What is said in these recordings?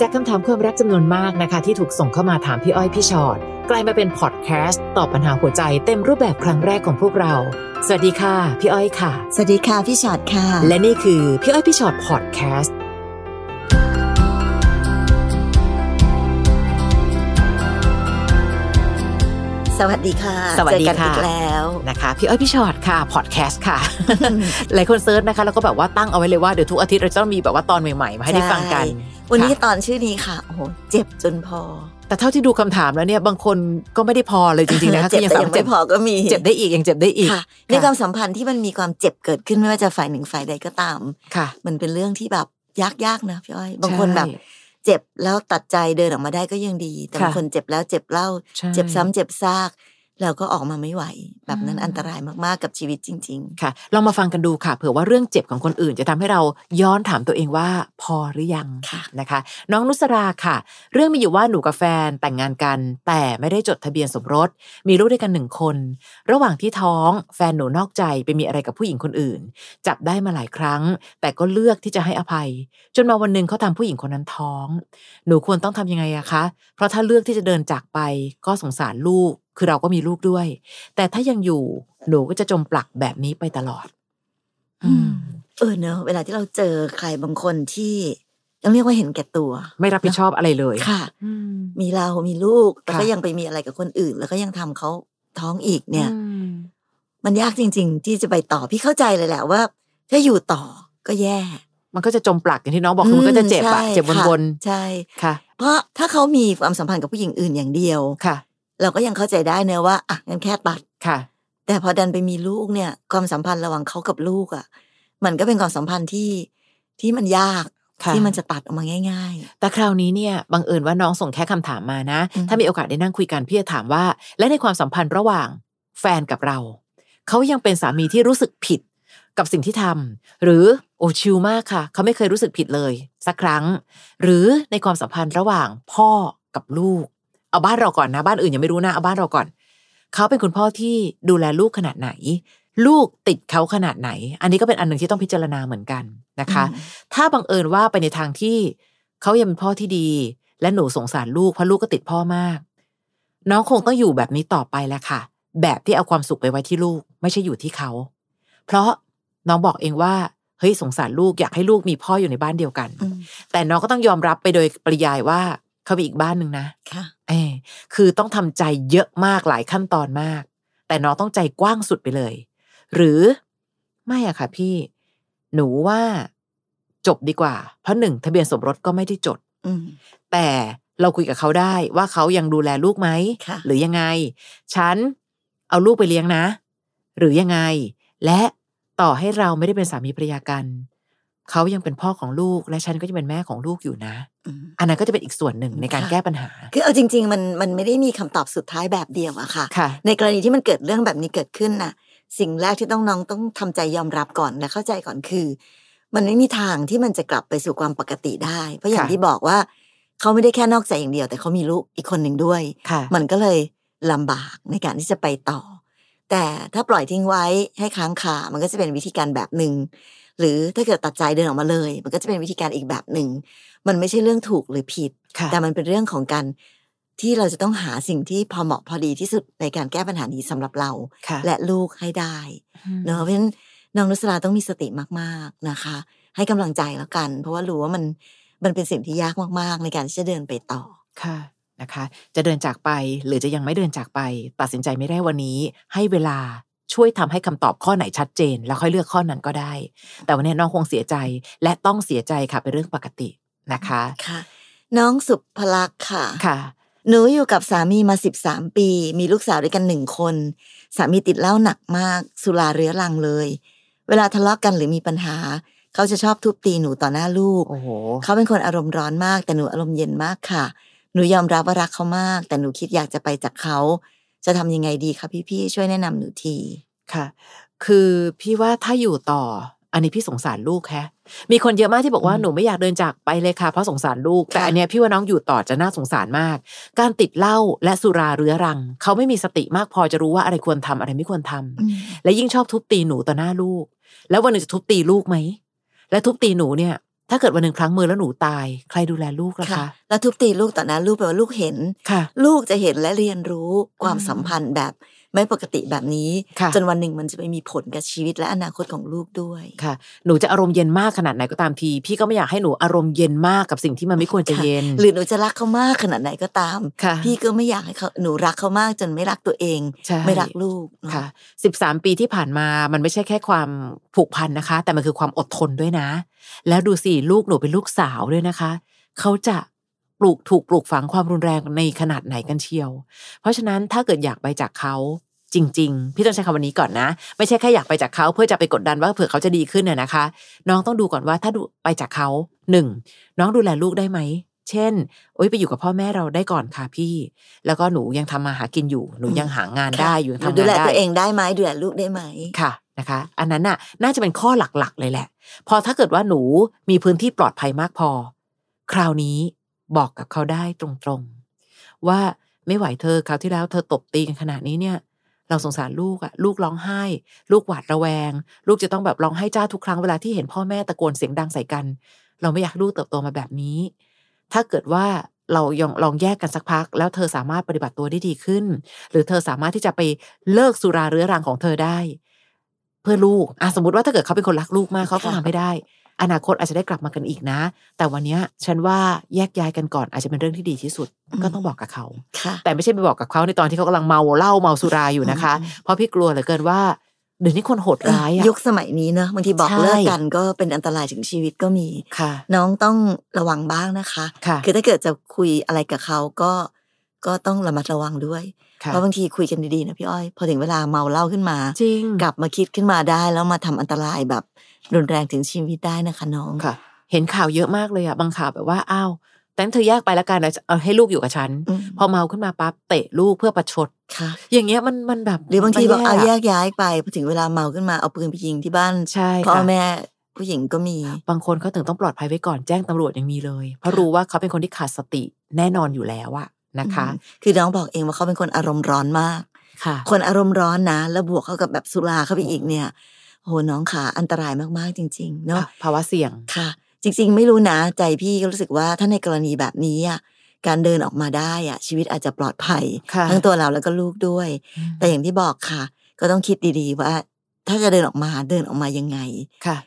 จากคำถามความรักจำนวนมากนะคะ ที่ถูกส่งเข้ามาถามพี่อ้อยพี่ชอ็อตกลายมาเป็นพอดแคสต์ตอบปัญหาหัวใจเต็มรูปแบบครั้งแรกของพวกเรา สวัสดีค่ะ พี่อ้อยค่ะ สวัสดีค่ะพี่ชอตค่ะ และนี่คือพี่อ้อยพี่ชอ็อตพอดแคสต์ สวัสดีค่ะ สวัสดี เจอกัน ค่ะ อีกแล้ว นะคะ พี่อ้อยพี่ชอ็อตค่ะพอดแคสต์ค่ะ หลายคนเซิร์ชนะคะแล้วก็แบบว่าตั้งเอาไว้เลยว่าเดี๋ยวทุกอาทิตย์เราจะต้องมีแบบว่าตอนใหม่ๆมาให้ได้ฟังกัน ใช่ วันนี้ ค่ะ ตอนชื่อนี้ค่ะโอ้โหเจ็บจนพอ แต่เท่าที่ดูคำถามแล้วเนี่ยบางคนก็ไม่ได้พอเลยจริงๆนะคะ เจ็บแต่ยัง เจ็ ไม่ บ พอก็มี เจ็บได้อีกยังเจ็บได้อีก ค่ะในความสัมพันธ์ที่มันมีความเจ็บเกิดขึ้นไม่ว่าจะฝ่ายหนึ่งฝ่ายใดก็ตาม ค่ะ มันเป็นเรื่องที่แบบยากๆนะพี่อ้อยบางคนแบบ ใช่ เจ็บแล้วตัดใจเดินออกมาได้ก็ยังดี แต่บาง ค่ะ คนเจ็บแล้วเจ็บเล่า ใช่ เจ็บซ้ำเจ็บซากแล้วก็ออกมาไม่ไหว แบบนั้น อืม อันตรายมากๆกับชีวิตจริง ๆ ค่ะลองมาฟังกันดูค่ะเผื่อว่าเรื่องเจ็บของคนอื่นจะทำให้เราย้อนถามตัวเองว่าพอหรือยัง ค่ะ นะคะ น้องนุสราค่ะ เรื่องมีอยู่ว่าหนูกับแฟนแต่งงานกัน แต่ไม่ได้จดทะเบียนสมรส มีลูกด้วยกันหนึ่งคน ระหว่างที่ท้องแฟนหนูนอกใจไปมีอะไรกับผู้หญิงคนอื่น จับได้มาหลายครั้ง แต่ก็เลือกที่จะให้อภัย จนมาวันหนึ่งเขาทำผู้หญิงคนนั้นท้อง หนูควรต้องทำยังไงอะคะ เพราะถ้าเลือกที่จะเดินจากไปก็สงสารลูกคือเราก็มีลูกด้วย แต่ถ้ายังอยู่หนูก็จะจมปลักแบบนี้ไปตลอด อืม เออเนอะเวลาที่เราเจอใครบางคนที่ต้องเรียกว่าเห็นแก่ตัว ไม่รับผิดชอบอะไรเลย ค่ะ อืม มีเรา มีลูก แล้วก็ ค่ะ ยังไปมีอะไรกับคนอื่น แล้วก็ยังทำเขาท้องอีกเนี่ย อืม มันยากจริง ๆ ที่จะไปต่อ พี่เข้าใจเลยแหละว่า ถ้าอยู่ต่อก็แย่ มันก็จะจมปลักอย่างที่น้องบอกคือมันก็จะเจ็บอะ ใช่ เจ็บ ค่ะ วน ใช่ ๆค่ะ เพราะถ้าเขามีความสัมพันธ์กับผู้หญิงอื่นอย่างเดียว ค่ะ เราก็ยังเข้าใจได้เนะว่าอ่ะงั้นแค่ตัด ค่ะ แต่พอดันไปมีลูกเนี่ย ความสัมพันธ์ระหว่างเขากับลูกอ่ะ มันก็เป็นความสัมพันธ์ที่ที่มันยาก ค่ะ ที่มันจะตัดออกมาง่าย แต่คราวนี้เนี่ยบังเอิญว่าน้องส่งแค่คำถามมานะ อืม ถ้ามีโอกาสได้นั่งคุยกันพี่จะถามว่า และในความสัมพันธ์ระหว่างแฟนกับเรา เขายังเป็นสามีที่รู้สึกผิดกับสิ่งที่ทำหรือโอชิลมากค่ะ เขาไม่เคยรู้สึกผิดเลยสักครั้ง หรือในความสัมพันธ์ระหว่างพ่อกับลูก เอาบ้านเราก่อนนะบ้านอื่นยังไม่รู้นะเอาบ้านเราก่อน เขาเป็นคุณพ่อที่ดูแลลูกขนาดไหน ลูกติดเขาขนาดไหน อันนี้ก็เป็นอันหนึ่งที่ต้องพิจารณาเหมือนกันนะ ๆ คะ อืม ถ้าบังเอิญว่าไปในทางที่เขายังเป็นพ่อที่ดี และหนูสงสารลูกเพราะลูกก็ติดพ่อมาก น้องคงต้องอยู่แบบนี้ต่อไปแหละค่ะ แบบที่เอาความสุขไปไว้ที่ลูก ไม่ใช่อยู่ที่เขา เพราะน้องบอกเองว่าเฮ้ยสงสารลูกอยากให้ลูกมีพ่ออยู่ในบ้านเดียวกัน อืม แต่น้องก็ต้องยอมรับไปโดยปริยายว่าเขามีอีกบ้านหนึ่งนะ ค่ะ เออคือต้องทำใจเยอะมากหลายขั้นตอนมาก แต่น้องต้องใจกว้างสุดไปเลย หรือไม่อะค่ะพี่ หนูว่าจบดีกว่า เพราะหนึ่งทะเบียนสมรสก็ไม่ได้จด อืม แต่เราคุยกับเขาได้ว่าเขายังดูแลลูกไหม ค่ะ หรือยังไง ฉันเอาลูกไปเลี้ยงนะ หรือยังไง และต่อให้เราไม่ได้เป็นสามีภรรยากัน เขายังเป็นพ่อของลูกและฉันก็จะเป็นแม่ของลูกอยู่นะ อืม อันนั้นก็จะเป็นอีกส่วนหนึ่งในการ ค่ะ แก้ปัญหา คือเอาจริง ๆ มันมันไม่ได้มีคำตอบสุดท้ายแบบเดียวอะค่ะ ค่ะ ในกรณีที่มันเกิดเรื่องแบบนี้เกิดขึ้นน่ะ สิ่งแรกที่ต้องน้องต้องทำใจยอมรับก่อนและเข้าใจก่อนคือ มันไม่มีทางที่มันจะกลับไปสู่ความปกติได้ เพราะอย่าง ค่ะ ที่บอกว่า เขาไม่ได้แค่นอกใจอย่างเดียว แต่เขามีลูกอีกคนหนึ่งด้วย ค่ะ มันก็เลยลำบากในการที่จะไปต่อ แต่ถ้าปล่อยทิ้งไว้ให้ค้างคามันก็จะเป็นวิธีการแบบหนึ่ง หรือถ้าเกิดตัดใจเดินออกมาเลย มันก็จะเป็นวิธีการอีกแบบหนึ่ง มันไม่ใช่เรื่องถูกหรือผิด ค่ะ แต่มันเป็นเรื่องของการที่เราจะต้องหาสิ่งที่พอเหมาะพอดีที่สุดในการแก้ปัญหานี้สำหรับเรา ค่ะ และลูกให้ได้ เนอะเพราะฉะนั้นน้องนุสราต้องมีสติมากๆนะคะ ให้กำลังใจแล้วกัน เพราะว่ารู้ว่ามันมันเป็นสิ่งที่ยากมากๆ ในการที่จะเดินไปต่อ ค่ะนะคะ จะเดินจากไปหรือจะยังไม่เดินจากไป ตัดสินใจไม่ได้วันนี้ ให้เวลาช่วยทำให้คำตอบข้อไหนชัดเจน แล้วค่อยเลือกข้อนั้นก็ได้ แต่วันนี้น้องคงเสียใจและต้องเสียใจค่ะเป็นเรื่องปกตินะคะ ค่ะ น้องสุภลักษณ์ค่ะ ค่ะ หนูอยู่กับสามีมาสิบสามปี มีลูกสาวด้วยกันหนึ่งคน สามีติดเหล้าหนักมาก สุราเรื้อรังเลย เวลาทะเลาะกันหรือมีปัญหา เขาจะชอบทุบตีหนูต่อหน้าลูก โอ้โห เขาเป็นคนอารมณ์ร้อนมาก แต่หนูอารมณ์เย็นมากค่ะ หนูยอมรับว่ารักเขามาก แต่หนูคิดอยากจะไปจากเขา จะทำยังไงดีคะพี่ๆช่วยแนะนำหนูที ค่ะ คือพี่ว่าถ้าอยู่ต่อ อันนี้พี่สงสารลูกแฮะ มีคนเยอะมากที่บอกว่า อืม หนูไม่อยากเดินจากไปเลยค่ะเพราะสงสารลูก แต่ ค่ะ อันเนี้ยพี่ว่าน้องอยู่ต่อจะน่าสงสารมาก การติดเหล้าและสุราเรื้อรัง เขาไม่มีสติมากพอจะรู้ว่าอะไรควรทำอะไรไม่ควรทำ และยิ่งชอบทุบตีหนูต่อหน้าลูก แล้ววันหนึ่งจะทุบตีลูกไหม และทุบตีหนูเนี่ย ถ้าเกิดวันหนึ่งพลั้งมือแล้วหนูตาย ใครดูแลลูกล่ะ ค่ะ คะ แล้วทุบตีลูกต่อหน้าลูกแปลว่าลูกเห็น ค่ะ ลูกจะเห็นและเรียนรู้ความ อืม สัมพันธ์แบบไม่ปกติแบบนี้ ค่ะ จนวันหนึ่งมันจะไปมีผลกับชีวิตและอนาคตของลูกด้วย ค่ะ หนูจะอารมณ์เย็นมากขนาดไหนก็ตามที พี่ก็ไม่อยากให้หนูอารมณ์เย็นมากกับสิ่งที่มันไม่ควรจะ ค่ะ เย็น หรือหนูจะรักเขามากขนาดไหนก็ตาม ค่ะ พี่ก็ไม่อยากให้เขาหนูรักเขามากจนไม่รักตัวเอง ใช่ ไม่รักลูกเนอะ ค่ะสิบสามปีที่ผ่านมามันไม่ใช่แค่ความผูกพันนะคะ แต่มันคือความอดทนด้วยนะ แล้วดูสิลูกหนูเป็นลูกสาวด้วยนะคะ เขาจะปลูกถูกปลูกฝังความรุนแรงในขนาดไหนกันเชียว เพราะฉะนั้นถ้าเกิดอยากไปจากเขาจริง ๆ พี่ต้องใช้คำวันนี้ก่อนนะ ไม่ใช่แค่อยากไปจากเขาเพื่อจะไปกดดันว่าเผื่อเขาจะดีขึ้นน่ะนะคะ น้องต้องดูก่อนว่าถ้าดูไปจากเขาหนึ่งน้องดูแลลูกได้ไหม เช่น โอ๊ยไปอยู่กับพ่อแม่เราได้ก่อนค่ะพี่ แล้วก็หนูยังทำมาหากินอยู่ หนูยังหางานได้อยู่ยัง ห ทำ นู งานได้ ดูแลตัวเองได้ไหมดูแลลูกได้ไหม ค่ะนะคะ อันนั้นน่ะน่าจะเป็นข้อหลักๆ เลยแหละ พอถ้าเกิดว่าหนูมีพื้นที่ปลอดภัยมากพอ คราวนี้บอกกับเขาได้ตรงๆ ว่าไม่ไหวเธอคราวที่แล้วเธอตบตีกันขนาดนี้เนี่ย เราสงสารลูกอะลูกร้องไห้ ลูกหวาดระแวง ลูกจะต้องแบบร้องไห้จ้าทุกครั้งเวลาที่เห็นพ่อแม่ตะโกนเสียงดังใส่กัน เราไม่อยากให้ลูกเติบโตมาแบบนี้ ถ้าเกิดว่าเรายองลองแยกกันสักพัก แล้วเธอสามารถปฏิบัติตัวได้ดีขึ้น หรือเธอสามารถที่จะไปเลิกสุราเรื้อรังของเธอได้ เพื่อลูกอ่ะสมมติว่าถ้าเกิดเขาเป็นคนรักลูกมากเขาต้อง ค่ะ ทำให้ได้ อนาคตอาจจะได้กลับมากันอีกนะ แต่วันเนี้ยฉันว่าแยกย้ายกันก่อนอาจจะเป็นเรื่องที่ดีที่สุด ก็ต้องบอกกับเขา ค่ะ แต่ไม่ใช่ไปบอกกับเขาในตอนที่เขากำลังเมาเหล้าเมาสุราอยู่นะคะ อืม เพราะพี่กลัวเหลือเกินว่าเดี๋ยวนี้คนโหดร้ายอะ ยุคสมัยนี้เนอะบางทีบอก ใช่ เลิกกันก็เป็นอันตรายถึงชีวิตก็มี ค่ะ น้องต้องระวังบ้างนะคะ ค่ะ คือถ้าเกิดจะคุยอะไรกับเขาก็ก็ต้องระมัดระวังด้วย ค่ะ เพราะบางทีคุยกันดีๆนะพี่อ้อย พอถึงเวลาเมาเหล้าขึ้นมา จริง กลับมาคิดขึ้นมาได้แล้วมาทำอันตรายแบบรุนแรงถึงชีวิตได้นะคะน้อง ค่ะ เห็นข่าวเยอะมากเลยอะบางข่าวแบบว่าอ้าวแต่งั้นเธอแยกไปแล้วกันนะเอาให้ลูกอยู่กับฉัน อืม พอเมาขึ้นมาปั๊บเตะลูกเพื่อประชด ค่ะ อย่างเงี้ยมันมันแบบ หรือบางทีบอก มัน เอาแย แย่ กย้ายไปพอถึงเวลาเมาขึ้นมาเอาปืนไปยิงที่บ้าน ใช่ พ่อ ค่ะ แม่ผู้หญิงก็มี บางคนเขาถึงต้องปลอดภัยไว้ก่อนแจ้งตำรวจยังมีเลย เพราะรู้ว่าเขาเป็นคนที่ขาดสติแน่นอนอยู่แล้วอะนะคะ อืมคือน้องบอกเองว่าเขาเป็นคนอารมณ์ร้อนมาก ค่ะ คนอารมณ์ร้อนนะ แล้วบวกเข้ากับแบบสุราเข้าไปอีกเนี่ย โหน้องขาอันตรายมากๆจริง ๆ เนาะ ภาวะเสี่ยง ค่ะ จริง ๆ ไม่รู้นะ ใจพี่ก็รู้สึกว่าถ้าในกรณีแบบนี้อ่ะ การเดินออกมาได้อ่ะ ชีวิตอาจจะปลอดภัย ค่ะ ทั้งตัวเราแล้วก็ลูกด้วย แต่อย่างที่บอกค่ะ ก็ต้องคิดดีๆว่า ถ้าจะเดินออกมาเดินออกมายังไง ค่ะ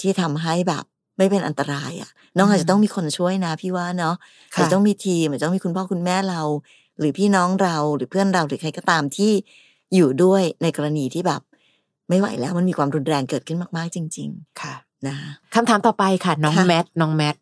ที่ทำให้แบบไม่เป็นอันตรายอ่ะ น้องอาจจะต้องมีคนช่วยนะพี่ว่าเนาะ อาจจะต้องมีทีมอาจจะต้องมีคุณพ่อคุณแม่เรา หรือพี่น้องเราหรือเพื่อนเราหรือใครก็ตามที่อยู่ด้วยในกรณีที่แบบ ไม่ไหวแล้วมันมีความรุนแรงเกิดขึ้นมากๆ จริง ค่ะ ๆ นะ คำถามต่อไปค่ะ น้อง ค่ะ แมทน้องแมท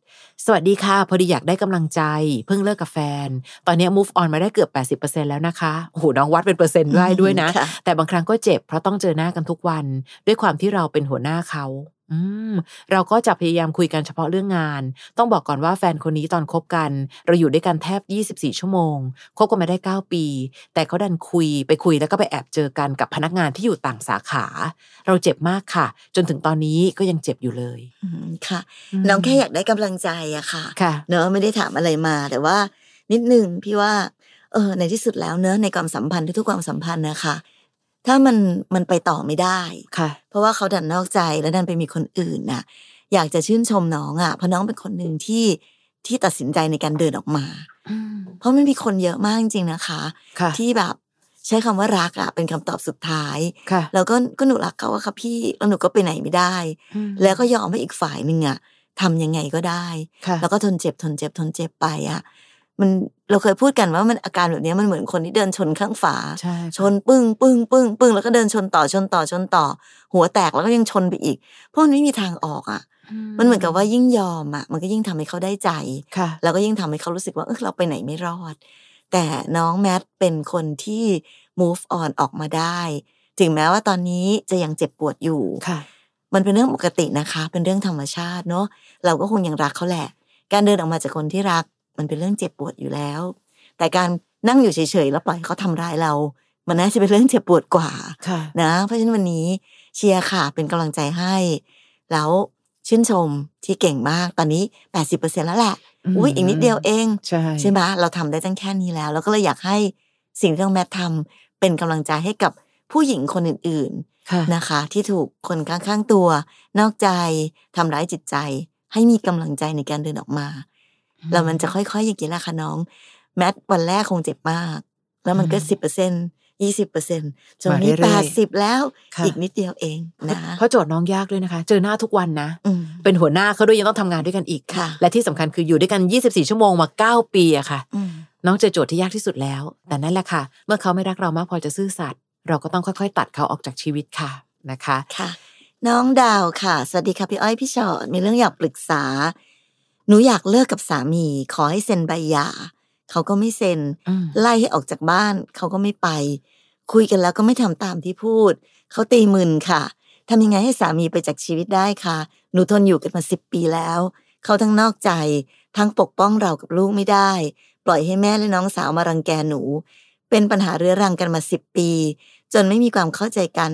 สวัสดีค่ะ พอดีอยากได้กำลังใจ เพิ่งเลิกกับแฟน ตอนนี้ move on มาได้เกือบ 80%แล้วนะคะโอ้โหน้องวัดเป็นเปอร์เซ็นต์ได้ด้วยนะ ค่ แต่บางครั้งก็เจ็บเพราะต้องเจอหน้ากันทุกวัน ด้วยความที่เราเป็นหัวหน้าเขา อืม เราก็จะพยายามคุยกันเฉพาะเรื่องงาน ต้องบอกก่อนว่าแฟนคนนี้ตอนคบกัน เราอยู่ด้วยกันแทบ 24 ชั่วโมงคบกันมาได้ 9 ปี แต่เขาดันคุยไปคุยแล้วก็ไปแอบเจอกันกับพนักงานที่อยู่ต่างสาขา เราเจ็บมากค่ะ จนถึงตอนนี้ก็ยังเจ็บอยู่เลย อืมค่ะ น้องแค่อยากได้กำลังใจอะค่ะ ค่ะ เนอะไม่ได้ถามอะไรมาแต่ว่า นิดนึงพี่ว่า เออ ในที่สุดแล้วเนอะในความสัมพันธ์ทุกๆความสัมพันธ์นะคะ ถ้ามันมันไปต่อไม่ได้ ค่ะ เพราะว่าเขาดันนอกใจและดันไปมีคนอื่นน่ะ อยากจะชื่นชมน้องอ่ะเพราะน้องเป็นคนหนึ่งที่ที่ตัดสินใจในการเดินออกมา อืม เพราะมันมีคนเยอะมากจริงๆนะคะ ค่ะ ที่แบบใช้คำว่ารักอ่ะเป็นคำตอบสุดท้าย ค่ะ แล้วก็ก็หนูรักเขาอะค่ะพี่แล้วหนูก็ไปไหนไม่ได้ อืม แล้วก็ยอมให้อีกฝ่ายหนึ่งอ่ะทำยังไงก็ได้ ค่ะ แล้วก็ทนเจ็บทนเจ็บทนเจ็บไปอ่ะมันเราเคยพูดกันว่ามันอาการแบบเนี้ยมันเหมือนคนที่เดินชนข้างฝา ใช่ค่ะ ชนปึ้งปึ้งปึ้งปึ้งแล้วก็เดินชนต่อชนต่อชนต่อ หัวแตกแล้วก็ยังชนไปอีก เพราะมันไม่มีทางออกอ่ะ มันเหมือนกับว่ายิ่งยอมอ่ะ มันก็ยิ่งทำให้เขาได้ใจ ค่ะ แล้วก็ยิ่งทำให้เขารู้สึกว่าเออเราไปไหนไม่รอด แต่น้องแมทเป็นคนที่ move on ออกมาได้ ถึงแม้ว่าตอนนี้จะยังเจ็บปวดอยู่ ค่ะ มันเป็นเรื่องปกตินะคะ เป็นเรื่องธรรมชาติเนาะ เราก็คงยังรักเขาแหละ การเดินออกมาจากคนที่รัก มันเป็นเรื่องเจ็บปวดอยู่แล้ว แต่การนั่งอยู่เฉยๆแล้วปล่อยให้เขาทำร้ายเรา มันน่าจะเป็นเรื่องเจ็บปวดกว่า ค่ะ นะ เพราะฉะนั้นวันนี้เชียร์ค่ะ เป็นกำลังใจให้ แล้วชื่นชมที่เก่งมาก ตอนนี้ 80%แล้วแหละ อุ้ยอีกนิดเดียวเอง ใช่ ใช่ไหมเราทำได้ตั้งแค่นี้แล้ว แล้วก็เลยอยากให้สิ่งที่น้องแมททำเป็นกำลังใจให้กับผู้หญิงคนอื่น ค่ะ ๆ นะคะ ที่ถูกคนข้างๆตัว นอกใจทำร้ายจิตใจ ให้มีกำลังใจในการเดินออกมา แล้วมันจะค่อยๆอย่างนี้แหละค่ะน้อง แมทวันแรกคงเจ็บมาก แล้วมันก็ อืม สิบเปอร์เซ็นยี่สิบเปอร์เซ็นจน มา นี้ เรื่ แป อยๆ ดสิบแล้ว ค่ะ อีกนิดเดียวเองนะ เพราะโจทย์น้องยากด้วยนะคะ เจอหน้าทุกวันนะ อืม เป็นหัวหน้าเขาด้วยยังต้องทำงานด้วยกันอีก ค่ะ และที่สำคัญคืออยู่ด้วยกัน 24 ชั่วโมงมา 9 ปีอะค่ะ อืม น้องเจอโจทย์ที่ยากที่สุดแล้ว แต่นั่นแหละค่ะ เมื่อเขาไม่รักเรามากพอจะซื่อสัตย์ เราก็ต้องค่อยๆ ตัดเขาออกจากชีวิตค่ะนะคะ ค่ะน้องดาวค่ะ สวัสดีค่ะ พี่อ้อยพี่ชอดมีเรื่องอยากปรึกษา หนูอยากเลิกกับสามี ขอให้เซ็นใบหย่าเขาก็ไม่เซ็น อืม ไล่ให้ออกจากบ้าน เขาก็ไม่ไป คุยกันแล้วก็ไม่ทำตามที่พูด เขาตีมึนค่ะทำยังไงให้สามีไปจากชีวิตได้คะหนูทนอยู่กันมาสิบปีแล้ว เขาทั้งนอกใจ ทั้งปกป้องเรากับลูกไม่ได้ ปล่อยให้แม่และน้องสาวมารังแกหนู เป็นปัญหาเรื้อรังกันมาสิบปี จนไม่มีความเข้าใจกัน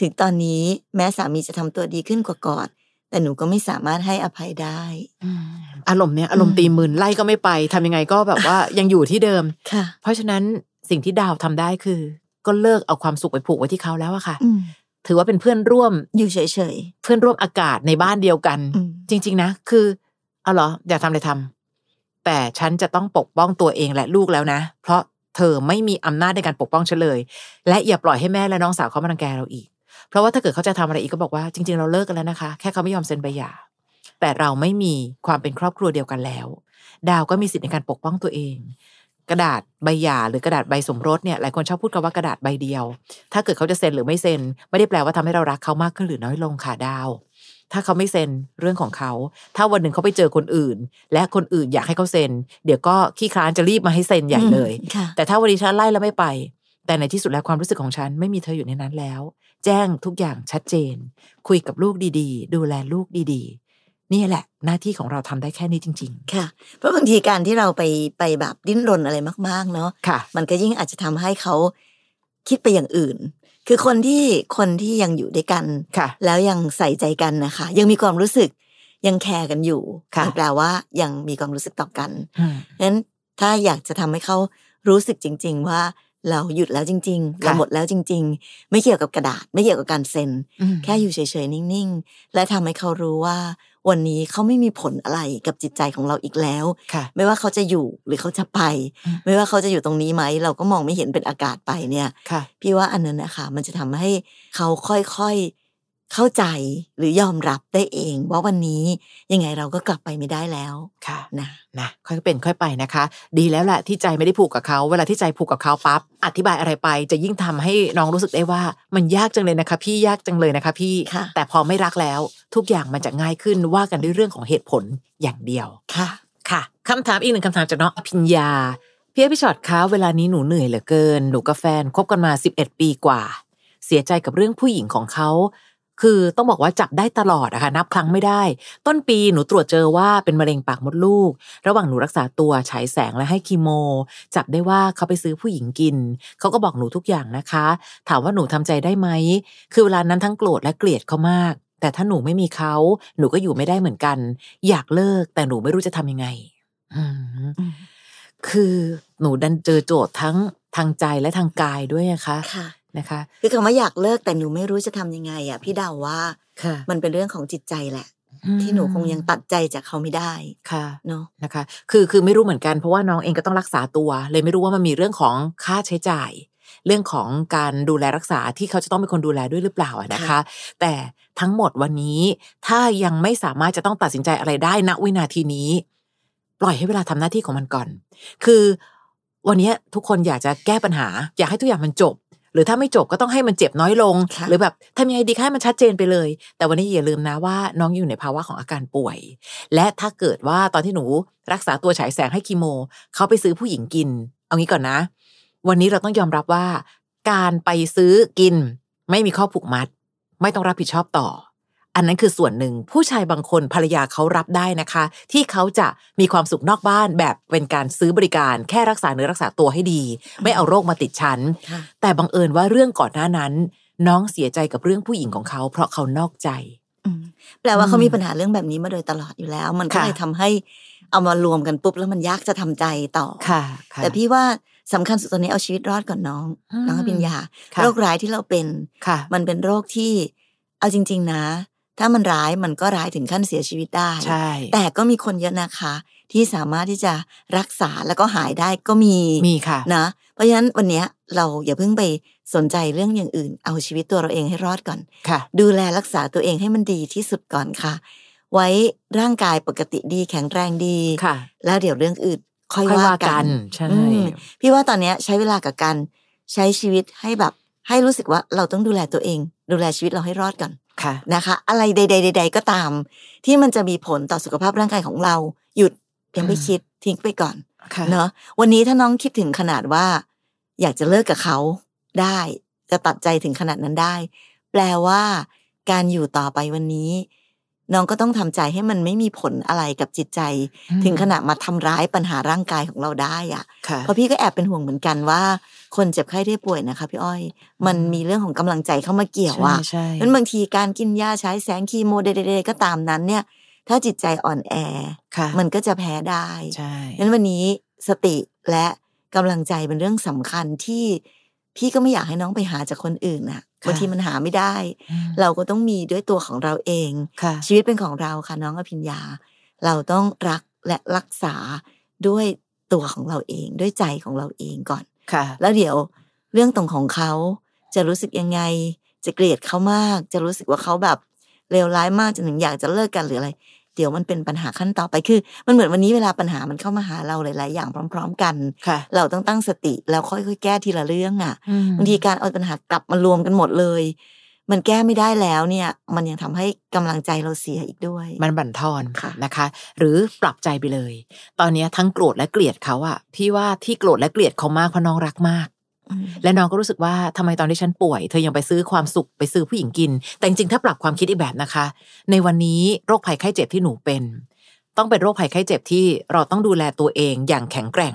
ถึงตอนนี้แม้สามีจะทำตัวดีขึ้นกว่าก่อนแต่หนูก็ไม่สามารถให้อภัยได้ อืมอารมณ์เนี้ยอารม อื ณ์ ม ตีมืนไล่ก็ไม่ไปทำยังไงก็แบบว่า ยังอยู่ที่เดิม ค่ะ เพราะฉะนั้นสิ่งที่ดาวทำได้คือ ก็เลิกเอาความสุขไปผูกไว้ที่เขาแล้วอะค่ะ อืม ถือว่าเป็นเพื่อนร่วม อยู่เฉย เพื่อนร่วมอากาศในบ้านเดียวกัน ๆอืม จริง ๆ นะ คือเอาเหรออยากทำอะไรทำแต่ฉันจะต้องปกป้องตัวเองและลูกแล้วนะ เพราะเธอไม่มีอำนาจในการปกป้องฉันเลย และอย่าปล่อยให้แม่และน้องสาวเขามารังแกเราอีก เพราะว่าถ้าเกิดเขาจะทำอะไรอีกก็บอกว่าจริง ๆ เราเลิกกันแล้วนะคะ แค่เขาไม่ยอมเซ็นใบหย่าแต่เราไม่มีความเป็นครอบครัวเดียวกันแล้ว ดาวก็มีสิทธิ์ในการปกป้องตัวเอง กระดาษใบหย่าหรือกระดาษใบสมรสเนี่ยหลายคนชอบพูดกันว่ากระดาษใบเดียว ถ้าเกิดเขาจะเซ็นหรือไม่เซ็น ไม่ได้แปลว่าทำให้เรารักเขามากขึ้นหรือน้อยลงค่ะดาว ถ้าเขาไม่เซ็นเรื่องของเขา ถ้าวันหนึ่งเขาไปเจอคนอื่น และคนอื่นอยากให้เขาเซ็น เดี๋ยวก็ขี้คลานจะรีบมาให้เซ็นใหญ่เลย ค่ะ แต่ถ้าวันนี้ฉันไล่แล้วไม่ไป แต่ในที่สุดแล้วความรู้สึกของฉันไม่มีเธออยู่ในนั้นแล้ว แจ้งทุกอย่างชัดเจน คุยกับลูกดีๆ ดูแลลูกดีๆ นี่แหละ หน้าที่ของเราทำได้แค่นี้จริง ค่ะเพราะบางทีการที่เราไปไปแบบดิ้นรนอะไรมาก ๆ เนาะ ๆ ค่ะ มันก็ยิ่งอาจจะทำให้เขาคิดไปอย่างอื่น คือคนที่คนที่ยังอยู่ด้วยกัน ค่ะ แล้วยังใส่ใจกันนะคะ ยังมีความรู้สึกยังแคร์กันอยู่ ค่ะ มันแปลว่ายังมีความรู้สึกต่อกัน อืม งั้นถ้าอยากจะทำให้เขารู้สึกจริง ๆ ว่าเราหยุดแล้วจริง ๆ ค่ะ เราหมดแล้วจริง ๆ ไม่เกี่ยวกับกระดาษ ไม่เกี่ยวกับการเซ็น อืม แค่อยู่เฉยๆ นิ่งๆ และทำให้เขารู้ว่า วันนี้เขาไม่มีผลอะไรกับจิตใจของเราอีกแล้ว ค่ะ ไม่ว่าเขาจะอยู่หรือเขาจะไป อืม ไม่ว่าเขาจะอยู่ตรงนี้ไหม เราก็มองไม่เห็นเป็นอากาศไปเนี่ย ค่ะ พี่ว่าอันนั้นนะคะมันจะทำให้เขาค่อยๆ เข้าใจหรือยอมรับได้เอง ว่าวันนี้ยังไงเราก็กลับไปไม่ได้แล้ว ค่ะ นะ นะค่อยเป็นค่อยไปนะคะ ดีแล้วแหละที่ใจไม่ได้ผูกกับเขาเวลาที่ใจผูกกับเขาปั๊บอธิบายอะไรไป จะยิ่งทำให้น้องรู้สึกได้ว่า มันยากจังเลยนะคะ พี่ยากจังเลยนะคะ พี่ ค่ะ แต่พอไม่รักแล้ว ทุกอย่างมันจะง่ายขึ้นว่ากันด้วยเรื่องของเหตุผลอย่างเดียว ค่ะ ค่ะคำถามอีกหนึ่งคำถามจากน้องอภิญญาพี่เอพี่ชอตคะเวลานี้หนูเหนื่อยเหลือเกิน หนูกับแฟนคบกันมา 11 ปีกว่า เสียใจกับเรื่องผู้หญิงของเขา คือต้องบอกว่าจับได้ตลอดอะค่ะนับครั้งไม่ได้ ต้นปีหนูตรวจเจอว่าเป็นมะเร็งปากมดลูก ระหว่างหนูรักษาตัวฉายแสงและให้คีโม จับได้ว่าเขาไปซื้อผู้หญิงกิน เขาก็บอกหนูทุกอย่างนะคะ ถามว่าหนูทำใจได้ไหม คือเวลานั้นทั้งโกรธและเกลียดเขามาก แต่ถ้าหนูไม่มีเขาหนูก็อยู่ไม่ได้เหมือนกัน อยากเลิกแต่หนูไม่รู้จะทำยังไง อืม อืม คือหนูดันเจอโจทย์ทั้งทางใจและทางกายด้วยนะคะ ค่ะ นะคะ คือคำว่าอยากเลิกแต่หนูไม่รู้จะทำยังไงอ่ะพี่เดาวว่า ค่ะ มันเป็นเรื่องของจิตใจแหละ ที่หนูคงยังตัดใจจากเขาไม่ได้ ค่ะ เนาะ นะคะ คือคือไม่รู้เหมือนกันเพราะว่าน้องเองก็ต้องรักษาตัว เลยไม่รู้ว่ามันมีเรื่องของค่าใช้จ่าย เรื่องของการดูแลรักษาที่เขาจะต้องเป็นคนดูแลด้วยหรือเปล่าอะนะคะ ค่ะ แต่ทั้งหมดวันนี้ถ้ายังไม่สามารถจะต้องตัดสินใจอะไรได้ณวินาทีนี้ ปล่อยให้เวลาทำหน้าที่ของมันก่อน คือวันนี้ทุกคนอยากจะแก้ปัญหา อยากให้ทุกอย่างมันจบ หรือถ้าไม่จบก็ต้องให้มันเจ็บน้อยลง ค่ะ หรือแบบทำยังไงดีคะให้มันชัดเจนไปเลย แต่วันนี้อย่าลืมนะว่าน้องอยู่ในภาวะของอาการป่วย และถ้าเกิดว่าตอนที่หนูรักษาตัวฉายแสงให้คีโม เขาไปซื้อผู้หญิงกิน เอางี้ก่อนนะ วันนี้เราต้องยอมรับว่า การไปซื้อกิน ไม่มีข้อผูกมัด ไม่ต้องรับผิดชอบต่อ อันนั้นคือส่วนหนึ่งผู้ชายบางคนภรรยาเขารับได้นะคะ ที่เขาจะมีความสุขนอกบ้านแบบเป็นการซื้อบริการแค่รักษาเนื้อรักษาตัวให้ดี ไม่เอาโรคมาติดฉัน ค่ะ แต่บังเอิญว่าเรื่องก่อนหน้านั้น น้องเสียใจกับเรื่องผู้หญิงของเขา เพราะเขานอกใจ อืมแปลว่าเขา อืม มีปัญหาเรื่องแบบนี้มาโดยตลอดอยู่แล้ว มันก็ ค่ะ เลยทำให้เอามารวมกันปุ๊บแล้วมันยากจะทำใจต่อ ค่ะ แต่พี่ว่าสำคัญสุดตอนนี้เอาชีวิตรอดก่อนน้อง น้องอภิญญา ค่ะ โรคร้ายที่เราเป็น ค่ะ มันเป็นโรคที่เอาจริง ๆ นะ ถ้ามันร้ายมันก็ร้ายถึงขั้นเสียชีวิตได้ ใช่ แต่ก็มีคนเยอะนะคะ ที่สามารถที่จะรักษาแล้วก็หายได้ก็มี มีค่ะ นะเพราะฉะนั้นวันเนี้ยเราอย่าเพิ่งไปสนใจเรื่องอย่างอื่น เอาชีวิตตัวเราเองให้รอดก่อน ค่ะ ดูแลรักษาตัวเองให้มันดีที่สุดก่อนค่ะ ไว้ร่างกายปกติดีแข็งแรงดี ค่ะ แล้วเดี๋ยวเรื่องอื่นค่อย ค่อย ว่า ว่า กั กัน น ใช่ อืม พี่ว่าตอนเนี้ยใช้เวลากับการใช้ชีวิตให้แบบ ให้รู้สึกว่าเราต้องดูแลตัวเอง ดูแลชีวิตเราให้รอดก่อน ค่ะ นะคะ อะไรใด ๆ ๆ ก็ตาม ที่มันจะมีผลต่อสุขภาพร่างกายของเรา หยุดยังไม่ อืม คิดทิ้งไปก่อน ค่ะ เนอะวันนี้ถ้าน้องคิดถึงขนาดว่า อยากจะเลิกกับเขาได้ จะตัดใจถึงขนาดนั้นได้ แปลว่าการอยู่ต่อไปวันนี้ น้องก็ต้องทำใจให้มันไม่มีผลอะไรกับจิตใจ ถึงขนาดมาทำร้ายปัญหาร่างกายของเราได้อะ ค่ะ เพราะพี่ก็แอบเป็นห่วงเหมือนกันว่า คนเจ็บไข้ได้ป่วยนะคะพี่อ้อย มันมีเรื่องของกำลังใจเข้ามาเกี่ยวอ่ะ ใช่ใช่ นั้นบางทีการกินยาใช้แสงคีโมเดๆก็ตามนั้นเนี่ย ถ้าจิตใจอ่อนแอ ค่ะ มันก็จะแพ้ได้ ใช่ งั้นวันนี้สติและกำลังใจเป็นเรื่องสำคัญที่พี่ก็ไม่อยากให้น้องไปหาจากคนอื่นน่ะบางทีมันหาไม่ได้ อืม เราก็ต้องมีด้วยตัวของเราเอง ค่ะ ชีวิตเป็นของเราค่ะน้องอภิญญา เราต้องรักและรักษาด้วยตัวของเราเอง ด้วยใจของเราเองก่อน ค่ะ แล้วเดี๋ยวเรื่องตรงของเขาจะรู้สึกยังไง จะเกลียดเขามาก จะรู้สึกว่าเขาแบบเลวร้ายมากจนถึงอยากจะเลิกกันหรืออะไร เดี๋ยวมันเป็นปัญหาขั้นต่อไปคือ มันเหมือนวันนี้เวลาปัญหามันเข้ามาหาเราหลาย ๆ อย่างพร้อม ๆ กัน ค่ะ เราต้องตั้งสติแล้วค่อยๆแก้ทีละเรื่องอ่ะ อืม บางทีการเอาปัญหากลับมารวมกันหมดเลย มันแก้ไม่ได้แล้วเนี่ย มันยังทำให้กำลังใจเราเสียอีกด้วย มันบั่นทอน ค่ะ นะคะ หรือปรับใจไปเลย ตอนเนี้ยทั้งโกรธและเกลียดเขาอะพี่ว่าที่โกรธและเกลียดเขามากเพราะน้องรักมาก อืม และน้องก็รู้สึกว่าทำไมตอนที่ฉันป่วย เธอยังไปซื้อความสุขไปซื้อผู้หญิงกิน แต่จริงๆถ้าปรับความคิดอีกแบบนะคะ ในวันนี้โรคภัยไข้เจ็บที่หนูเป็น ต้องเป็นโรคภัยไข้เจ็บที่เราต้องดูแลตัวเองอย่างแข็งแกร่ง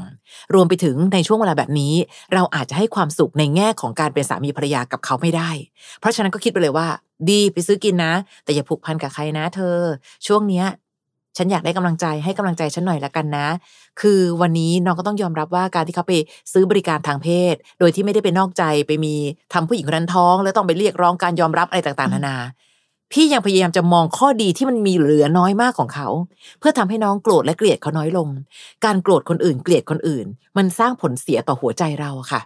รวมไปถึงในช่วงเวลาแบบนี้ เราอาจจะให้ความสุขในแง่ของการเป็นสามีภรรยากับเขาไม่ได้ เพราะฉะนั้นก็คิดไปเลยว่า ดีไปซื้อกินนะ แต่อย่าผูกพันกับใครนะ เธอ ช่วงเนี้ย ฉันอยากได้กำลังใจให้กำลังใจฉันหน่อยละกันนะ คือวันนี้น้องก็ต้องยอมรับว่าการที่เขาไปซื้อบริการทางเพศ โดยที่ไม่ได้ไปนอกใจไปมีทำผู้หญิงคนนั้นท้อง แล้วต้องไปเรียกร้องการยอมรับอะไรต่างๆนานา พี่ยังพยายามจะมองข้อดีที่มันมีเหลือน้อยมากของเขา เพื่อทำให้น้องโกรธและเกลียดเขาน้อยลง การโกรธคนอื่นเกลียดคนอื่น มันสร้างผลเสียต่อหัวใจเราอะค่ะ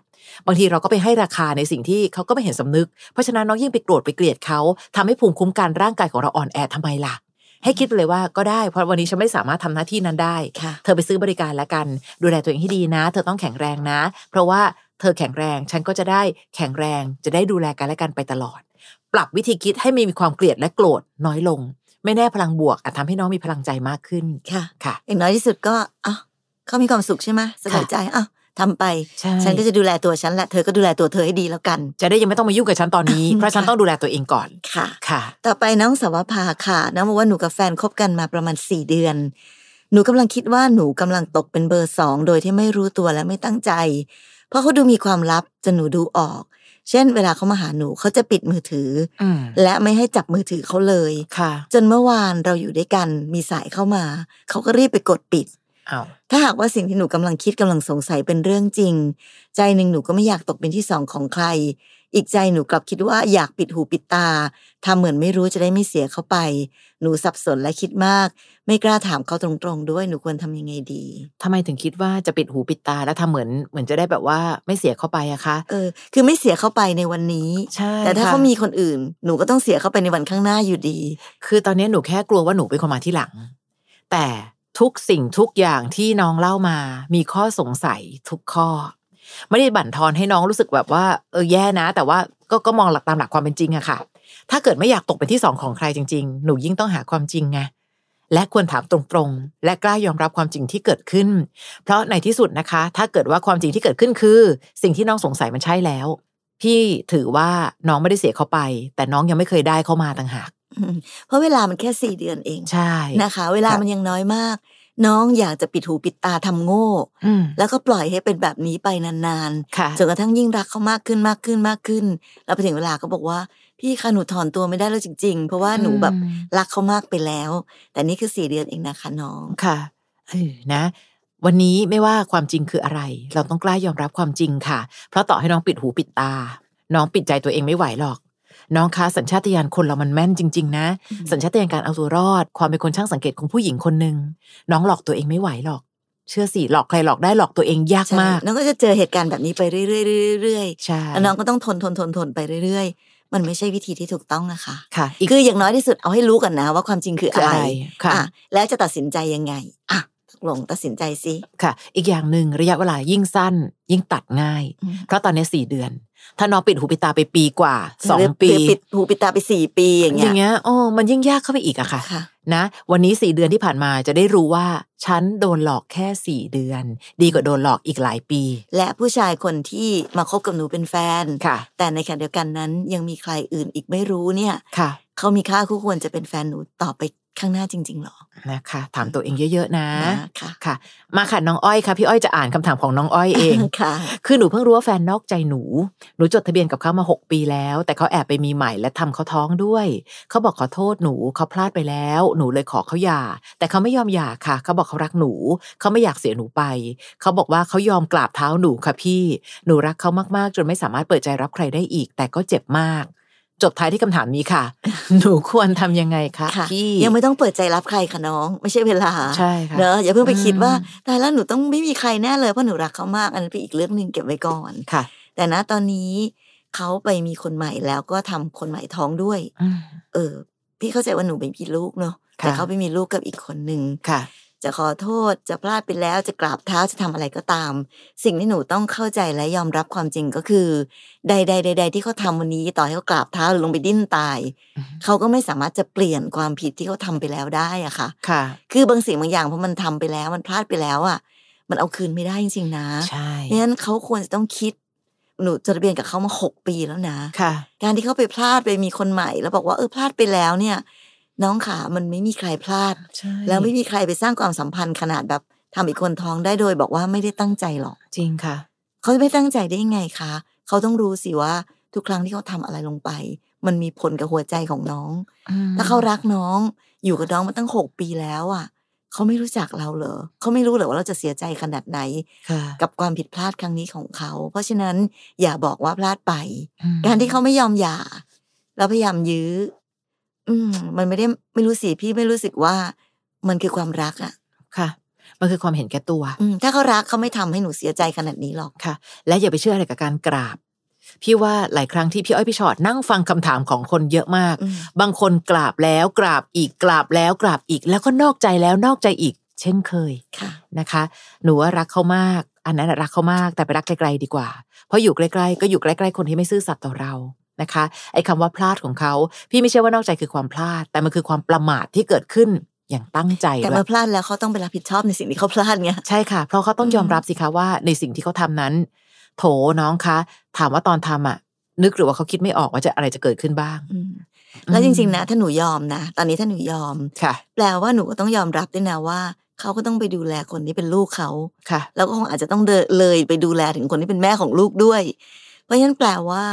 บางทีเราก็ไปให้ราคาในสิ่งที่เขาก็ไม่เห็นสำนึก เพราะฉะนั้นน้องยิ่งไปโกรธไปเกลียดเขาทำให้ภูมิคุ้มกันร่างกายของเราอ่อนแอทำไมล่ะ ให้คิดไปเลยว่าก็ได้เพราะวันนี้ฉันไม่สามารถทำหน้าที่นั้นได้ ค่ะ เธอไปซื้อบริการแล้วกัน ดูแลตัวเองให้ดีนะ เธอต้องแข็งแรงนะ เพราะว่าเธอแข็งแรงฉันก็จะได้แข็งแรงจะได้ดูแลกันและกันไปตลอด ปรับวิธีคิดให้ไม่มีความเกลียดและโกรธน้อยลง ไม่แน่พลังบวกอาจทำให้น้องมีพลังใจมากขึ้น ค่ะ ค่ะ อย่างน้อยที่สุดก็อ่ะเขามีความสุขใช่ไหมสบายใจอ่ะทำไป ใช่ ฉันก็จะดูแลตัวฉันและเธอก็ดูแลตัวเธอให้ดีแล้วกัน จะได้ยังไม่ต้องมายุ่งกับฉันตอนนี้ เพราะฉันต้องดูแลตัวเองก่อน ค่ะ ค่ะ ต่อไปน้องสวภาค่ะ น้องบอกว่าหนูกับแฟนคบกันมาประมาณสี่เดือน หนูกำลังคิดว่าหนูกำลังตกเป็นเบอร์สองโดยที่ไม่รู้ตัวและไม่ตั้งใจ เพราะเขาดูมีความลับจนหนูดูออก เช่น เวลาเขามาหาหนูเขาจะปิดมือถือ อืม และไม่ให้จับมือถือเขาเลย ค่ะ จนเมื่อวานเราอยู่ด้วยกันมีสายเข้ามา เขาก็รีบไปกดปิด เอา ถ้าหากว่าสิ่งที่หนูกำลังคิดกำลังสงสัยเป็นเรื่องจริง ใจหนึ่งหนูก็ไม่อยากตกเป็นที่สองของใคร อีกใจหนูกลับคิดว่าอยากปิดหูปิดตาทำเหมือนไม่รู้จะได้ไม่เสียเข้าไป หนูสับสนและคิดมาก ไม่กล้าถามเขาตรงๆ ด้วยหนูควรทำยังไงดี ทำไมถึงคิดว่าจะปิดหูปิดตาแล้วทำเหมือนเหมือนจะได้แบบว่าไม่เสียเข้าไปอะคะ เออ คือไม่เสียเข้าไปในวันนี้ ใช่ แต่ถ้า ค่ะ เขามีคนอื่น หนูก็ต้องเสียเข้าไปในวันข้างหน้าอยู่ดี คือตอนนี้หนูแค่กลัวว่าหนูเป็นคนมาที่หลัง แต่ทุกสิ่งทุกอย่างที่น้องเล่ามา มีข้อสงสัยทุกข้อ ไม่ได้บั่นทอนให้น้องรู้สึกแบบว่าเออแย่นะ แต่ว่าก็ก็มองหลักตามหลักความเป็นจริงอะค่ะ ถ้าเกิดไม่อยากตกเป็นที่สองของใครจริง ๆ หนูยิ่งต้องหาความจริงไงและควรถามตรงๆ และกล้ายอมรับความจริงที่เกิดขึ้น เพราะในที่สุดนะคะ ถ้าเกิดว่าความจริงที่เกิดขึ้นคือ สิ่งที่น้องสงสัยมันใช่แล้ว พี่ถือว่าน้องไม่ได้เสียเขาไป แต่น้องยังไม่เคยได้เข้ามาต่างหาก อืมเพราะเวลามันแค่สี่เดือนเอง ใช่ นะคะ เวลา ครับ มันยังน้อยมาก น้องอยากจะปิดหูปิดตาทำโง่ อืม แล้วก็ปล่อยให้เป็นแบบนี้ไปนาน ค่ะ ๆ จนกระทั่งยิ่งรักเขามากขึ้นมากขึ้นมากขึ้น แล้วพอถึงเวลาก็บอกว่า พี่คะหนูถอนตัวไม่ได้แล้วจริง ๆ เพราะว่าหนูแบบ อืม รักเขามากไปแล้ว แต่นี่คือสี่เดือนเองนะคะน้อง ค่ะเออนะ วันนี้ไม่ว่าความจริงคืออะไร เราต้องกล้ายอมรับความจริงค่ะ เพราะต่อให้น้องปิดหูปิดตา น้องปิดใจตัวเองไม่ไหวหรอก น้องคะสัญชาตญาณคนเรามันแม่นจริง ๆ นะ อืม สัญชาตญาณการเอาตัวรอด ความเป็นคนช่างสังเกตของผู้หญิงคนหนึ่งน้องหลอกตัวเองไม่ไหวหรอก เชื่อสิหลอกใครหลอกได้หลอกตัวเองยาก ใช่ มาก น้องก็จะเจอเหตุการณ์แบบนี้ไปเรื่อยๆเรื่อย ใช่ ๆแล้วน้องก็ต้องทนทนทนทนไปเรื่อยๆ มันไม่ใช่วิธีที่ถูกต้องนะคะ ค่ะ อีก คืออย่างน้อยที่สุดเอาให้รู้กันนะว่าความจริงคือ คืออะอะไรไรค่ะ อ่ะแล้วจะตัดสินใจยังไงอ่ะตกลงตัดสินใจสิ ค่ะ อีกอย่างหนึ่งระยะเวลายิ่งสั้น ยิ่งตัดง่าย อืม เพราะตอนนี้สี่เดือน ถ้าน้องปิดหูปิดตาไปปีกว่าสอง หรื ปี หรือปิดหูปิดตาไปสี่ปีอย่าง อย่าง เงี้ย เงี้ยโอ้มันยิ่งยากเข้าไปอีกอะค่ะ ค่ะ นะวันนี้สี่เดือนที่ผ่านมาจะได้รู้ว่า ฉันโดนหลอกแค่สี่เดือน ดีกว่าโดนหลอกอีกหลายปี และผู้ชายคนที่มาคบกับหนูเป็นแฟน ค่ะ แต่ในขณะเดียวกันนั้นยังมีใครอื่นอีกไม่รู้เนี่ย ค่ะ เขามีค่าคู่ควรจะเป็นแฟนหนูต่อไปข้างหน้าจริง ๆหรอ นะคะ ถามตัวเองเยอะ ๆ นะ ค่ะ ค่ะ มาค่ะน้องอ้อยค่ะพี่อ้อยจะอ่านคำถามของน้องอ้อยเอง ค่ะ คือหนูเพิ่งรู้ว่าแฟนนอกใจหนู หนูจดทะเบียนกับเขามา 6 ปีแล้ว แต่เขาแอบไปมีใหม่และทำเขาท้องด้วย เขาบอกขอโทษหนูเขาพลาดไปแล้ว หนูเลยขอเขาหย่า แต่เขาไม่ยอมหย่าค่ะ เขาบอกเขารักหนู เขาไม่อยากเสียหนูไป เขาบอกว่าเขายอมกราบเท้าหนูค่ะพี่ หนูรักเขามากๆ จนไม่สามารถเปิดใจรับใครได้อีก แต่ก็เจ็บมาก จบท้ายที่คำถามนี้ ค่ะ หนูควรทำยังไงคะ ค่ะ พี่ ยังไม่ต้องเปิดใจรับใครค่ะน้อง ไม่ใช่เวลา ใช่ค่ะ เนอะอย่าเพิ่งไปคิด อืม ว่าตายแล้วหนูต้องไม่มีใครแน่เลยเพราะหนูรักเขามากอันนั้นเป็นอีกเรื่องหนึ่งเก็บไว้ก่อน ค่ะ แต่นะตอนนี้เขาไปมีคนใหม่แล้วก็ทำคนใหม่ท้องด้วย อืม เออ พี่เข้าใจว่าหนูไม่มีลูกเนาะ ค่ะ แต่เขาไปมีลูกกับอีกคนนึง ค่ะ จะขอโทษจะพลาดไปแล้วจะกราบเท้าจะทำอะไรก็ตาม สิ่งที่หนูต้องเข้าใจและยอมรับความจริงก็คือ ใดๆใดๆที่เขาทำวันนี้ต่อให้เขากราบเท้าหรือลงไปดิ้นตาย อือฮึ เขาก็ไม่สามารถจะเปลี่ยนความผิดที่เขาทำไปแล้วได้อะค่ะ ค่ะ คือบางสิ่งบางอย่างพอมันทำไปแล้ว มันพลาดไปแล้วอะมันเอาคืนไม่ได้จริงๆนะ ใช่ เพราะฉะนั้นเขาควรจะต้องคิดหนูจดทะเบียนกับเขามาหกปีแล้วนะ ค่ะ การที่เขาไปพลาดไปมีคนใหม่ แล้วบอกว่าเออพลาดไปแล้วเนี่ย น้องขามันไม่มีใครพลาด ใช่ แล้วไม่มีใครไปสร้างความสัมพันธ์ขนาดแบบทำอีกคนท้องได้โดย บอกว่าไม่ได้ตั้งใจหรอก จริงค่ะ เขาไม่ตั้งใจได้ยังไงคะ เขาต้องรู้สิว่าทุกครั้งที่เขาทำอะไรลงไป มันมีผลกับหัวใจของน้อง อืม ถ้าเขารักน้อง อยู่กับน้องมาตั้งหกปีแล้วอ่ะ เขาไม่รู้จักเราเหรอเขาไม่รู้เหรอว่าเราจะเสียใจขนาดไหน ค่ะ กับความผิดพลาดครั้งนี้ของเขา เพราะฉะนั้นอย่าบอกว่าพลาดไป อืม การที่เขาไม่ยอมหย่าแล้วพยายามยื้อ อืม มันไม่ได้ไม่รู้สิพี่ไม่รู้สึกว่า มันคือความรักอะ ค่ะ มันคือความเห็นแก่ตัว อืมถ้าเขารักเขาไม่ทำให้หนูเสียใจขนาดนี้หรอก ค่ะ และอย่าไปเชื่ออะไรกับการกราบ พี่ว่าหลายครั้งที่พี่อ้อยพี่ชอตนั่งฟังคำถามของคนเยอะมาก อืม บางคนกราบแล้วกราบอีกกราบแล้วกราบอีก แล้วก็นอกใจแล้วนอกใจอีก เช่นเคย ค่ะ นะคะ หนูว่ารักเขามาก อันนั้นน่ะรักเขามากแต่ไปรักไกลๆดีกว่า เพราะอยู่ใกล้ๆก็อยู่ใกล้ๆคนที่ไม่ซื่อสัตย์ต่อเรานะคะ ไอ้คำว่าพลาดของเขา พี่ไม่ใช่ว่านอกใจคือความพลาด แต่มันคือความประมาทที่เกิดขึ้นอย่างตั้งใจ แต่ ด้วย มาพลาดแล้วเขาต้องไปรับผิดชอบในสิ่งที่เขาพลาดไง ใช่ค่ะ เพราะเขาต้อง อืม ยอมรับสิคะว่าในสิ่งที่เขาทำนั้น โถน้องคะ ถามว่าตอนทำอ่ะ นึกหรือว่าเขาคิดไม่ออกว่าจะอะไรจะเกิดขึ้นบ้าง อืมแล้วจริงๆนะถ้าหนูยอมนะตอนนี้ถ้าหนูยอม ค่ะ แปลว่าหนูก็ต้องยอมรับด้วยนะว่าเขาก็ต้องไปดูแลคนที่เป็นลูกเขา ค่ะ แล้วก็คงอาจจะต้องเดินเลยไปดูแลถึงคนที่เป็นแม่ของลูกด้วย เพราะฉะนั้นแปลว่า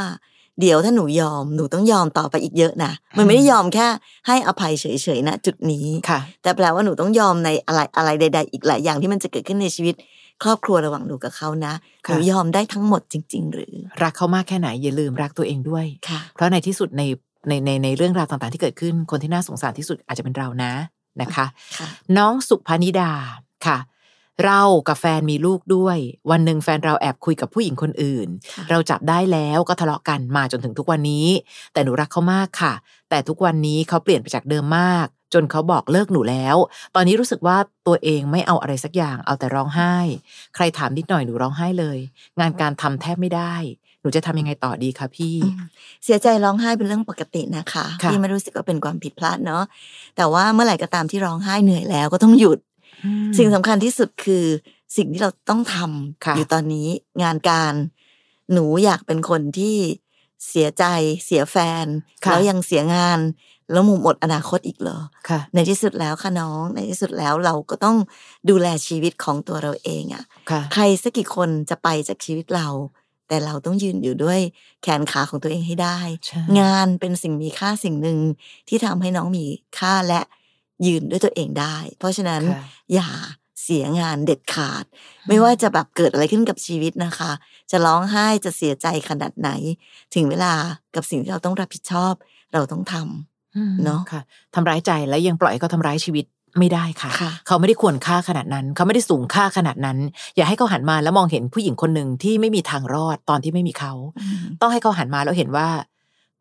เดี๋ยวถ้าหนูยอมหนูต้องยอมต่อไปอีกเยอะนะมันไม่ได้ยอมแค่ให้อภัยเฉยๆนะจุดนี้ ค่ะ แต่แปลว่าหนูต้องยอมในอะไรอะไรใด ๆ อีกหลายอย่างที่มันจะเกิดขึ้นในชีวิต ครอบครัวระหว่างหนูกับเขานะห ค่ะ นูยอมได้ทั้งหมดจริง ๆ หรือ รักเขามากแค่ไหนอย่าลืมรักตัวเองด้วย ค่ะ เพราะในที่สุดในในในในเรื่องราวต่างๆ ที่เกิดขึ้น คนที่น่าสงสารที่สุดอาจจะเป็นเรานะนะคะ ค่ะ น้องสุพนิดาค่ะ เรากับแฟนมีลูกด้วย วันหนึ่งแฟนเราแอบคุยกับผู้หญิงคนอื่น ค่ะ เราจับได้แล้วก็ทะเลาะกันมาจนถึงทุกวันนี้ แต่หนูรักเขามากค่ะ แต่ทุกวันนี้เขาเปลี่ยนไปจากเดิมมาก จนเขาบอกเลิกหนูแล้ว ตอนนี้รู้สึกว่าตัวเองไม่เอาอะไรสักอย่างเอาแต่ร้องไห้ ใครถามนิดหน่อยหนูร้องไห้เลย งานการทำแทบไม่ได้ หนูจะทำยังไงต่อดีคะพี่ อืมเสียใจร้องไห้เป็นเรื่องปกตินะคะ ค่ะ พี่ไม่รู้สึกว่าเป็นความผิดพลาดเนาะแต่ว่าเมื่อไหร่ก็ตามที่ร้องไห้เหนื่อยแล้วก็ต้องหยุด สิ่งสำคัญที่สุดคือสิ่งที่เราต้องทำ ค่ะ อยู่ตอนนี้งานการหนูอยากเป็นคนที่เสียใจเสียแฟน ค่ะ แล้วยังเสียงาน แล้วหมุมหมดอนาคตอีกเหรอ ค่ะ ในที่สุดแล้วค่ะน้อง ในที่สุดแล้วเราก็ต้องดูแลชีวิตของตัวเราเองอะ่ะ ค่ะ ใครสักกี่คนจะไปจากชีวิตเรา แต่เราต้องยืนอยู่ด้วยแขนขาของตัวเองให้ได้ ใช่ งานเป็นสิ่งมีค่าสิ่งหนึ่งที่ทำให้น้องมีค่าและยืนด้วยตัวเองได้ เพราะฉะนั้น ค่ะ อย่าเส สียงานเด็ดขาด ไม่ว่าจะแบบเกิดอะไรขึ้นกับชีวิตนะคะ จะร้องไห้จะเสียใจขนาดไหน ถึงเวลากับสิ่งที่เราต้องรับผิดชอบ เราต้องทำ อืม เนอะ ค่ะทำร้ายใจและยังปล่อยให้เขาทำร้ายชีวิตไม่ได้ค่ะ ค่ะ เขาไม่ได้ควรค่าขนาดนั้น เขาไม่ได้สูงค่าขนาดนั้น อย่าให้เขาหันมาแล้วมองเห็นผู้หญิงคนหนึ่งที่ไม่มีทางรอดตอนที่ไม่มีเขา ต้องให้เขาหันมาแล้วเห็นว่า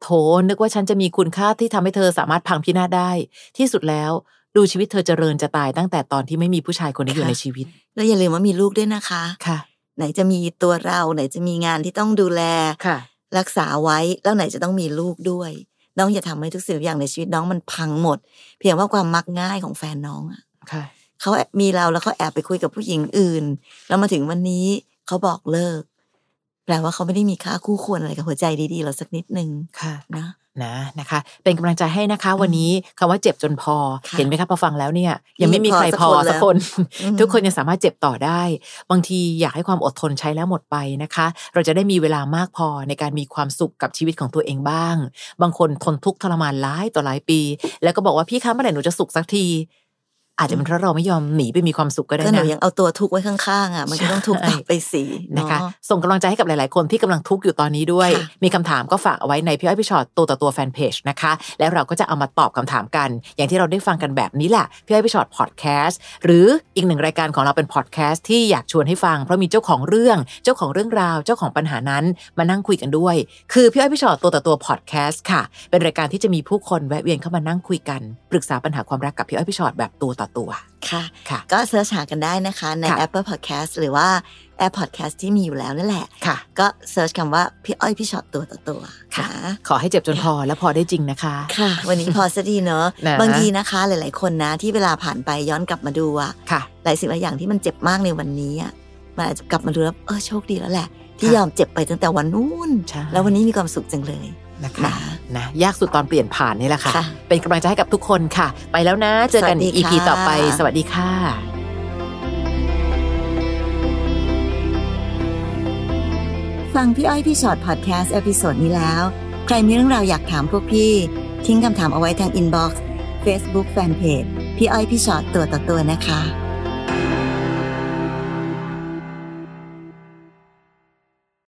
โถนึกว่าฉันจะมีคุณค่าที่ทำให้เธอสามารถพังพินาศได้ ที่สุดแล้วดูชีวิตเธอเจริญจะตายตั้งแต่ตอนที่ไม่มีผู้ชายคนนี้อยู่ ค่ะ ในชีวิต แล้วอย่าลืมว่ามีลูกด้วยนะคะ ค่ะ ไหนจะมีตัวเราไหนจะมีงานที่ต้องดูแล ค่ะ รักษาไว้แล้วไหนจะต้องมีลูกด้วย น้องอย่าทำให้ทุกสิ่งทุกอย่างในชีวิตน้องมันพังหมด เพียงว่าความมักง่ายของแฟนน้องอะ ค่ะ เขาแอบมีเราแล้วเขาแอบไปคุยกับผู้หญิงอื่น แล้วมาถึงวันนี้เขาบอกเลิก แปลว่าเขาไม่ได้มีค่าคู่ควรอะไรกับหัวใจดีๆเราสักนิดนึง ค่ะ นะ นะนะคะ เป็นกำลังใจให้นะคะ วันนี้คำว่าเจ็บจนพอ ค่ะ เห็นไหมคะพอฟังแล้วเนี่ย ยังไม่ มี มีใครพ พ อ อสั สัก ก ค คน นแล้ว ทุกคนยังสามารถเจ็บต่อได้ บางทีอยากให้ความอดทนใช้แล้วหมดไปนะคะ เราจะได้มีเวลามากพอในการมีความสุขกับชีวิตของตัวเองบ้าง บางคนทนทุกข์ทรมานหลายต่อหลายปี แล้วก็บอกว่าพี่คะเมื่อไหร่หนูจะสุขสักที อาจจะเป็นเพราะเราไม่ยอมหนีไปมีความสุขก็ได้ ก็หนู นะ ยังเอาตัวทุกข์ไว้ข้างๆอ่ะมันก็ต้องทุกข์ต่อไปสิ นะ เา คะส่งกำลังใจให้กับหลาย ๆ คนที่กำลังทุกข์อยู่ตอนนี้ด้วย ค่ะ มีคำถามก็ฝากเอาไว้ในพี่อ้อยพี่ชอตตัวต่อตัวแฟนเพจนะคะ แล้วเราก็จะเอามาตอบคำถามกัน อย่างที่เราได้ฟังกันแบบนี้แหละพี่อ้อยพี่ชอตพอดแคสต์หรืออีกหนึ่งรายการของเราเป็นพอดแคสต์ที่อยากชวนให้ฟัง เพราะมีเจ้าของเรื่องเจ้าของเรื่องราวเจ้าของปัญหานั้นมานั่งคุยกันด้วย คือพี่อ้อยพี่ชอตตัวต่อตัวพอดแคสต์ค่ะ เป็นรายการที่จะมีผู้คนแวะเวียนเข้ามานั่งคุยกันปรึกษาปัญหาความรักกับพี่อ้อยพี่ชอตแบบตัวต่อตัว ค่ะ ค่ะ ก็เสิร์ชหากันได้นะคะใน ค่ะ Apple Podcast หรือว่า Air Podcast ที่มีอยู่แล้วนั่นแหละ ค่ะ ก็เสิร์ชคำว่าพี่อ้อยพี่ช็อตตัวต่อตัว ค่ะ ขอให้เจ็บจนพอและพอได้จริงนะคะ ค่ะ วันนี้พอสะดีเนอะ นะ บางทีนะคะ หลาย ๆ คนนะที่เวลาผ่านไปย้อนกลับมาดูอะ ค่ะ หลายสิ่งหลายอย่างที่มันเจ็บมากในวันนี้อะมันอาจจะกลับมาดูแล้วเออโชคดีแล้วแหละ ที่ ค่ะ ยอมเจ็บไปตั้งแต่วันนู้น ใช่ แล้ววันนี้มีความสุขจังเลย นะคะ นะ นะยากสุดตอนเปลี่ยนผ่านนี่แหละค่ะ ค่ะ เป็นกำลังใจให้กับทุกคนค่ะ ไปแล้วนะ เจอกัน สวัสดี EP ค่ะ ต่อไป สวัสดีค่ะ ฟังพี่อ้อยพี่ช็อตพอดแคสต์เอพิโซดนี้แล้ว ใครมีเรื่องราวอยากถามพวกพี่ ทิ้งคำถามเอาไว้ทางอินบ็อกซ์เฟซบุ๊กแฟนเพจพี่อ้อยพี่ช็อตตัวต่อตัวนะคะ